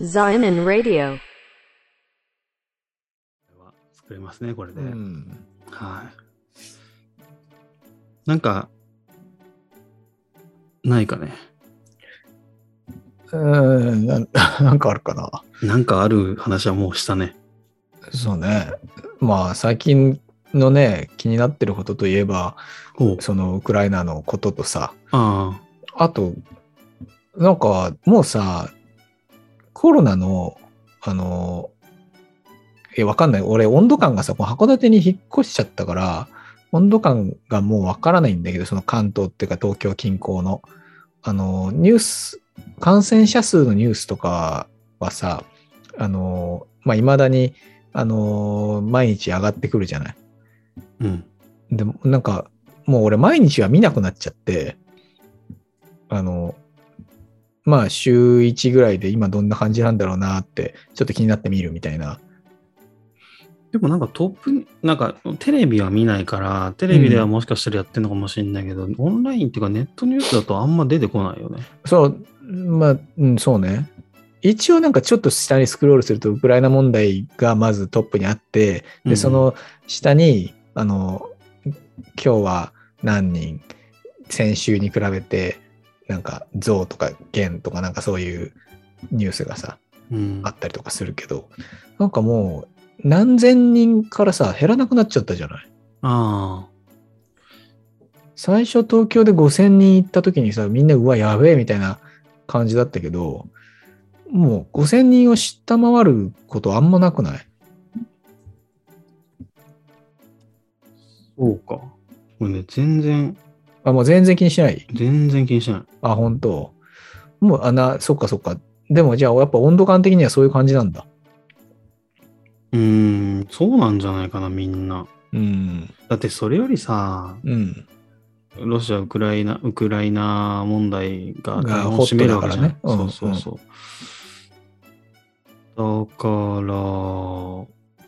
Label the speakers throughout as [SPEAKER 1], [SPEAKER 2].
[SPEAKER 1] Zion Radio.
[SPEAKER 2] は作れますね、これで。
[SPEAKER 3] うん。
[SPEAKER 2] はい。なんか、ないかね。
[SPEAKER 3] うんな なんかあるかな。
[SPEAKER 2] なんかある話はもうしたね。
[SPEAKER 3] そうね。まあ、最近のね、気になってることといえば、
[SPEAKER 2] おう
[SPEAKER 3] そのウクライナのこととさ、
[SPEAKER 2] あ
[SPEAKER 3] あと、なんかもうさ、コロナの、あの、え、わかんない。俺、温度感がさ、この函館に引っ越しちゃったから、温度感がもうわからないんだけど、その関東っていうか東京近郊の、あの、ニュース、感染者数のニュースとかはさ、あの、まあ、未だに、あの、毎日上がってくるじゃない。
[SPEAKER 2] あ、うん。
[SPEAKER 3] でもなんかもう俺毎日は見なくなっちゃってあのまあ週1ぐらいで今どんな感じなんだろうなってちょっと気になってみるみたいな
[SPEAKER 2] でもなんかトップに、なんかテレビは見ないから、テレビではもしかしたらやってんのかもしれないけど、オンラインっていうかネットニュースだとあんま出てこないよね。
[SPEAKER 3] そうまあうんそうね一応なんかちょっと下にスクロールするとウクライナ問題がまずトップにあって
[SPEAKER 2] うん
[SPEAKER 3] でその下にあの今日は何人先週に比べてなんか増とか減とかなんかそういうニュースがさ
[SPEAKER 2] うん。
[SPEAKER 3] あったりとかするけど、なんかもう何千人からさ、減らなくなっちゃったじゃない。
[SPEAKER 2] あ
[SPEAKER 3] 最初東京で5000人行った時にさ、みんなうわ、やべえみたいな感じだったけど、もう5000人を下回ることあんまなくない
[SPEAKER 2] あ、そうか。これね、全然、
[SPEAKER 3] あ、もう全然気にしない。
[SPEAKER 2] 全然気にしない。
[SPEAKER 3] あ、本当もう、あな、そっかそっか。でもじゃあ、やっぱ温度感的にはそういう感じなんだ。
[SPEAKER 2] うーん、そうなんじゃないかな、みんな。
[SPEAKER 3] うん。
[SPEAKER 2] だってそれよりさ、
[SPEAKER 3] うん。
[SPEAKER 2] ロシア、ウクライナ、ウクライナ問題が
[SPEAKER 3] が
[SPEAKER 2] 大半を占めるわけじゃない。
[SPEAKER 3] ホットだからねうん
[SPEAKER 2] そうそうそう。だから、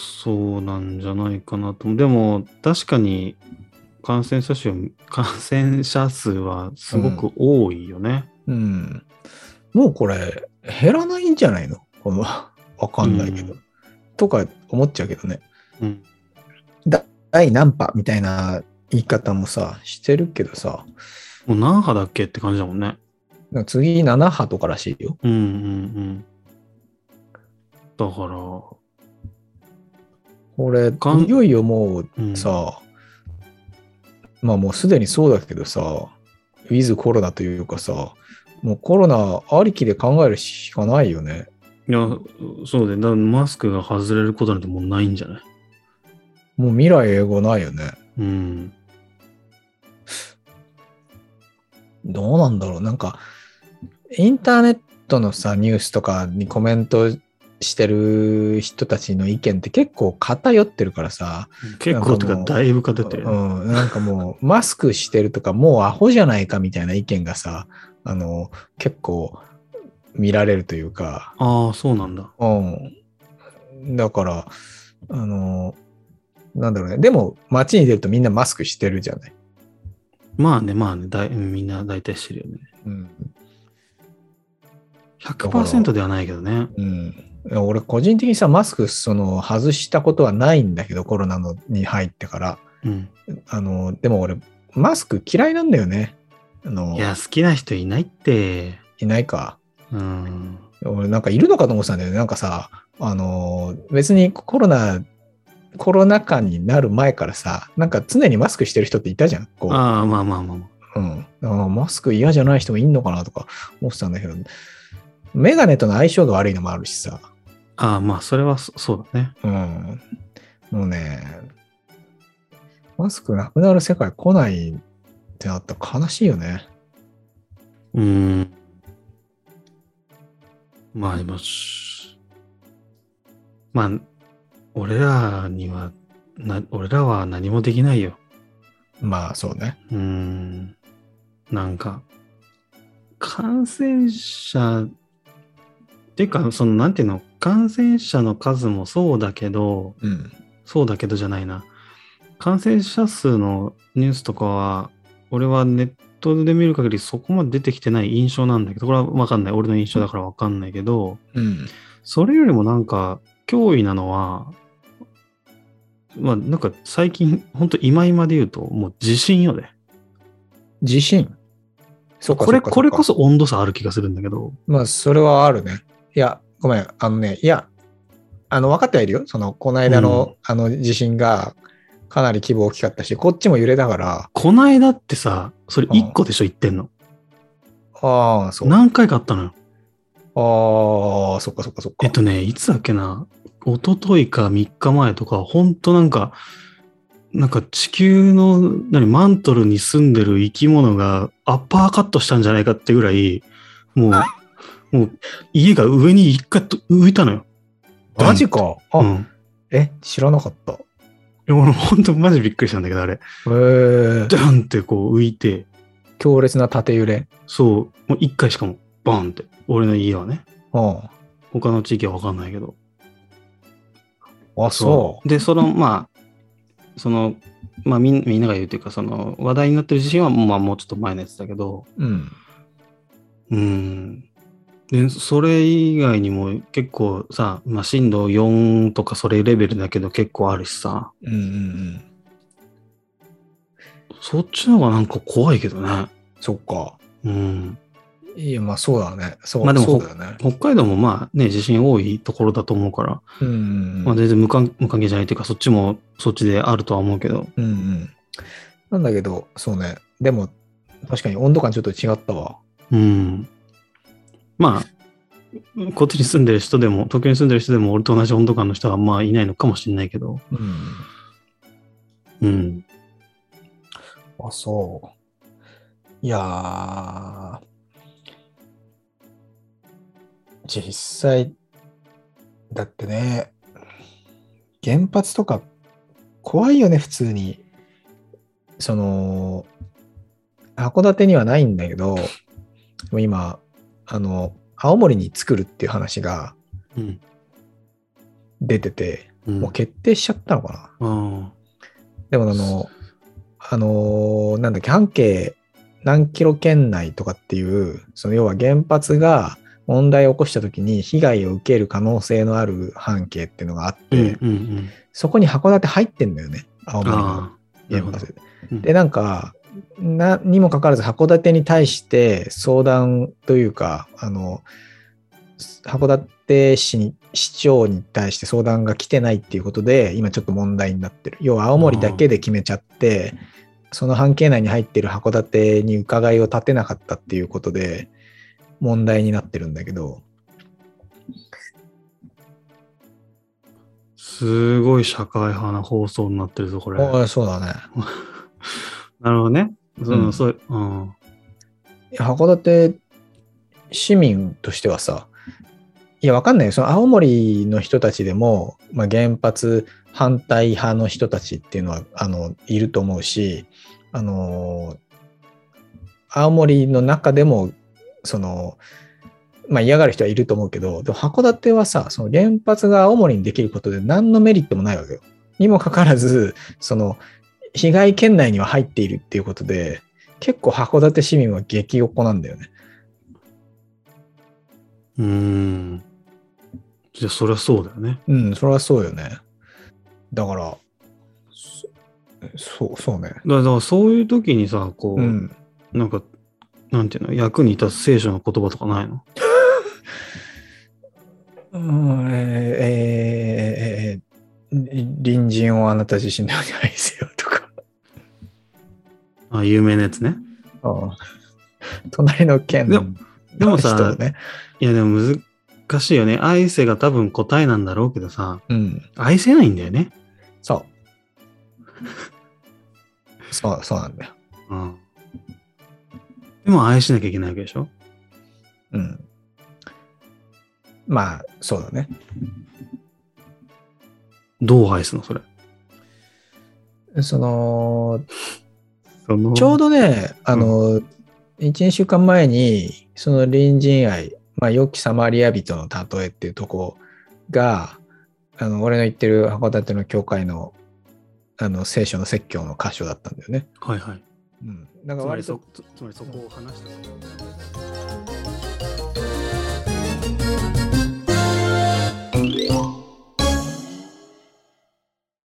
[SPEAKER 2] そうなんじゃないかなと。でも、確かに感染者数、感染者数はすごく多いよね。
[SPEAKER 3] うん。もうこれ、減らないんじゃないのこの、わかんないけど。
[SPEAKER 2] う
[SPEAKER 3] とか思っちゃうけどね。
[SPEAKER 2] うん。
[SPEAKER 3] 第何波みたいな言い方もさ、してるけどさ、
[SPEAKER 2] もう何波だっけって感じだもんね。
[SPEAKER 3] なんか次7波とからしいよ。
[SPEAKER 2] うんうんうん。だから、
[SPEAKER 3] これ、い
[SPEAKER 2] かん
[SPEAKER 3] よいよもう
[SPEAKER 2] うん、
[SPEAKER 3] さ、まあもうすでにそうだけどさ、ウィズコロナというかさ、もうコロナありきで考えるしかないよね。
[SPEAKER 2] いや、そうで、だからマスクが外れることなんてもうないんじゃない
[SPEAKER 3] もう未来永劫ないよね。
[SPEAKER 2] うん。
[SPEAKER 3] どうなんだろうなんか、インターネットのさ、ニュースとかにコメントしてる人たちの意見って結構偏ってるからさ、
[SPEAKER 2] 結構とかだいぶ勝ててる。
[SPEAKER 3] うん、なんかもう、マスクしてるとか、もうアホじゃないかみたいな意見がさ、あの、結構見られるというか、
[SPEAKER 2] ああ、そうなんだ。
[SPEAKER 3] うん。だから、あの、なんだろうね。でも、街に出るとみんなマスクしてるじゃない。
[SPEAKER 2] まあね、まあね、だいみんな大体してるよね。
[SPEAKER 3] うん。
[SPEAKER 2] 100%ではないけどね。
[SPEAKER 3] うん。俺、個人的にさ、マスク、その、外したことはないんだけど、コロナのに入ってから。
[SPEAKER 2] うん。
[SPEAKER 3] あの、でも俺、マスク嫌いなんだよね。あの
[SPEAKER 2] い、や、好きな人いないって。
[SPEAKER 3] いないか。
[SPEAKER 2] うん。
[SPEAKER 3] 俺なんかいるのかと思ってたんだよね。なんかさ、あのー別にコロナ、コロナ禍になる前からさ、なんか常にマスクしてる人っていたじゃん。こう、
[SPEAKER 2] ああ、まあまあまあまあ。
[SPEAKER 3] うん。だからマスク嫌じゃない人もいんのかなとか思ってたんだけど、メガネとの相性が悪いのもあるしさ、
[SPEAKER 2] ああ、まあ、それはそそうだね。
[SPEAKER 3] うん。もうね、マスクなくなる世界来ないってなったら悲しいよね。
[SPEAKER 2] うん。まあ、でもし、まあ、俺らには、な俺らは何もできないよ。
[SPEAKER 3] まあそうね。
[SPEAKER 2] うーんなんか、感染者、っていうか、その、なんていうの、感染者の数もそうだけど、
[SPEAKER 3] うん。
[SPEAKER 2] そうだけどじゃないな。感染者数のニュースとかは、俺はネットで見る限りそこまで出てきてない印象なんだけど、これはわかんない。俺の印象だからわかんないけど、
[SPEAKER 3] うん。
[SPEAKER 2] それよりもなんか脅威なのは、まあなんか最近、ほんと今今で言うと、もう地震よね。
[SPEAKER 3] 地震。そっか
[SPEAKER 2] こ
[SPEAKER 3] そっ
[SPEAKER 2] れ、
[SPEAKER 3] かっか
[SPEAKER 2] これこそ温度差ある気がするんだけど、
[SPEAKER 3] まあ、それはあるね。いや、ごめん、あのね、いや、あの、分かってはいるよ。その、この間の、
[SPEAKER 2] うん
[SPEAKER 3] あの地震が、かなり規模大きかったし、こっちも揺れだから、
[SPEAKER 2] こないだってさ、それ1個でしょ言ってんの。
[SPEAKER 3] ああ、そう。あ
[SPEAKER 2] 何回かあったのよ。
[SPEAKER 3] あ、そっかそっかそっか。
[SPEAKER 2] えっとね、いつだっけな、一昨日か3日前とか、ほんとなんか、なんか地球の何マントルに住んでる生き物がアッパーカットしたんじゃないかってぐらい、もう、もう家が上に一回と浮いたのよ。
[SPEAKER 3] マジか。あ、
[SPEAKER 2] うん。い
[SPEAKER 3] え、知らなかった。へ
[SPEAKER 2] や俺ほんとマジびっくりしたんだけど、あれ。
[SPEAKER 3] え
[SPEAKER 2] ダンってこう浮いて、
[SPEAKER 3] 強烈な縦揺れ。
[SPEAKER 2] そう、もう一回しかも、バンって。俺の家はね。
[SPEAKER 3] うん。
[SPEAKER 2] 他の地域はわかんないけど。
[SPEAKER 3] あ、そう。
[SPEAKER 2] で、その、まあ、その、まあみん、みんなが言うというか、その、話題になってる地震は、まあ、もうちょっと前のやつだけど、
[SPEAKER 3] うん。
[SPEAKER 2] うん。で、それ以外にも結構さ、まあ、震度4とかそれレベルだけど結構あるしさ、
[SPEAKER 3] うんうんうん。
[SPEAKER 2] そっちの方がなんか怖いけどね。
[SPEAKER 3] そっか。
[SPEAKER 2] うん。
[SPEAKER 3] いや、まあそうだね。そう,、
[SPEAKER 2] まあでも
[SPEAKER 3] そうだよね。
[SPEAKER 2] 北海道もまあね、地震多いところだと思うから、
[SPEAKER 3] うんうん
[SPEAKER 2] まあ
[SPEAKER 3] うん。
[SPEAKER 2] 全然無関無関係じゃないというか、そっちもそっちであるとは思うけど、
[SPEAKER 3] うんうん。なんだけど、そうね。でも、確かに温度感ちょっと違ったわ。
[SPEAKER 2] うん。まあ、こっちに住んでる人でも、東京に住んでる人でも、俺と同じ温度感の人はまあいないのかもしれないけど、
[SPEAKER 3] うん。
[SPEAKER 2] うん。
[SPEAKER 3] あ、そう。いやー、実際、だってね、原発とか怖いよね、普通に。その、函館にはないんだけど、でも今、あの、青森に作るっていう話が
[SPEAKER 2] うん。
[SPEAKER 3] 出てて、
[SPEAKER 2] うん
[SPEAKER 3] もう決定しちゃったのかな。
[SPEAKER 2] あ
[SPEAKER 3] でもあの、あのーなんだっけ、半径何キロ圏内とかっていう、その要は原発が問題を起こした時に被害を受ける可能性のある半径っていうのがあ
[SPEAKER 2] あ。
[SPEAKER 3] って、
[SPEAKER 2] うんうんうん。
[SPEAKER 3] そこに函館入ってんだよね、青森の
[SPEAKER 2] ああ。なる
[SPEAKER 3] 原
[SPEAKER 2] ほど
[SPEAKER 3] 発。
[SPEAKER 2] うん
[SPEAKER 3] で、なんか、なにもかかわらず函館に対して相談というか、あの、函館市に、市長に対して相談が来てないっていうことで、今ちょっと問題になってる。要は青森だけで決めちゃって、その半径内に入ってる函館に伺いを立てなかったっていうことで、問題になってるんだけど、
[SPEAKER 2] すごい社会派な放送になってるぞ、これ。
[SPEAKER 3] ああそうだね。
[SPEAKER 2] なるほどね。その、
[SPEAKER 3] うん
[SPEAKER 2] そう、うん。
[SPEAKER 3] いや函館市民としてはさ、いや、わかんないよ。その青森の人たちでも、まあ、原発反対派の人たちっていうのは、あの、いると思うし、あのー、青森の中でも、その、まあ、嫌がる人はいると思うけど、でも函館はさ、その原発が青森にできることで何のメリットもないわけよ。にもかかわらず、その、被害圏内には入っているっていうことで、結構函館市民は激おこなんだよね。
[SPEAKER 2] うーん。じゃあ、そりゃそうだよね。
[SPEAKER 3] うん、それはそうよね。だから、そそう、そうね。
[SPEAKER 2] だだから、そういう時にさ、こう、
[SPEAKER 3] うん。
[SPEAKER 2] なんか、なんていうの、役に立つ聖書の言葉とかないの
[SPEAKER 3] うんえーえーえーえー隣人をあなた自身のように愛せよとか。
[SPEAKER 2] あ、有名なやつね。
[SPEAKER 3] ああ隣の県
[SPEAKER 2] で
[SPEAKER 3] の
[SPEAKER 2] もでもさ
[SPEAKER 3] 人をね。
[SPEAKER 2] いや、でも難しいよね。愛せが多分答えなんだろうけどさ、
[SPEAKER 3] うん。
[SPEAKER 2] 愛せないんだよね。
[SPEAKER 3] そう。そう、そうなんだよ。
[SPEAKER 2] うん。でも愛しなきゃいけないわけでしょ
[SPEAKER 3] うん。まあ、そうだね。
[SPEAKER 2] どう愛すのそれ。
[SPEAKER 3] その、
[SPEAKER 2] その
[SPEAKER 3] ちょうどね、あの、1、2週間前に、その隣人愛、まあ、良きサマリア人の例えっていうとこが、あの、俺の言ってる函館の教会の、あの、聖書の説教の箇所だったんだよね。
[SPEAKER 2] はいはい。
[SPEAKER 3] うん。なん
[SPEAKER 2] つ
[SPEAKER 3] か
[SPEAKER 2] ま
[SPEAKER 3] 割
[SPEAKER 2] り
[SPEAKER 3] と
[SPEAKER 2] そつつまりそこを話したと。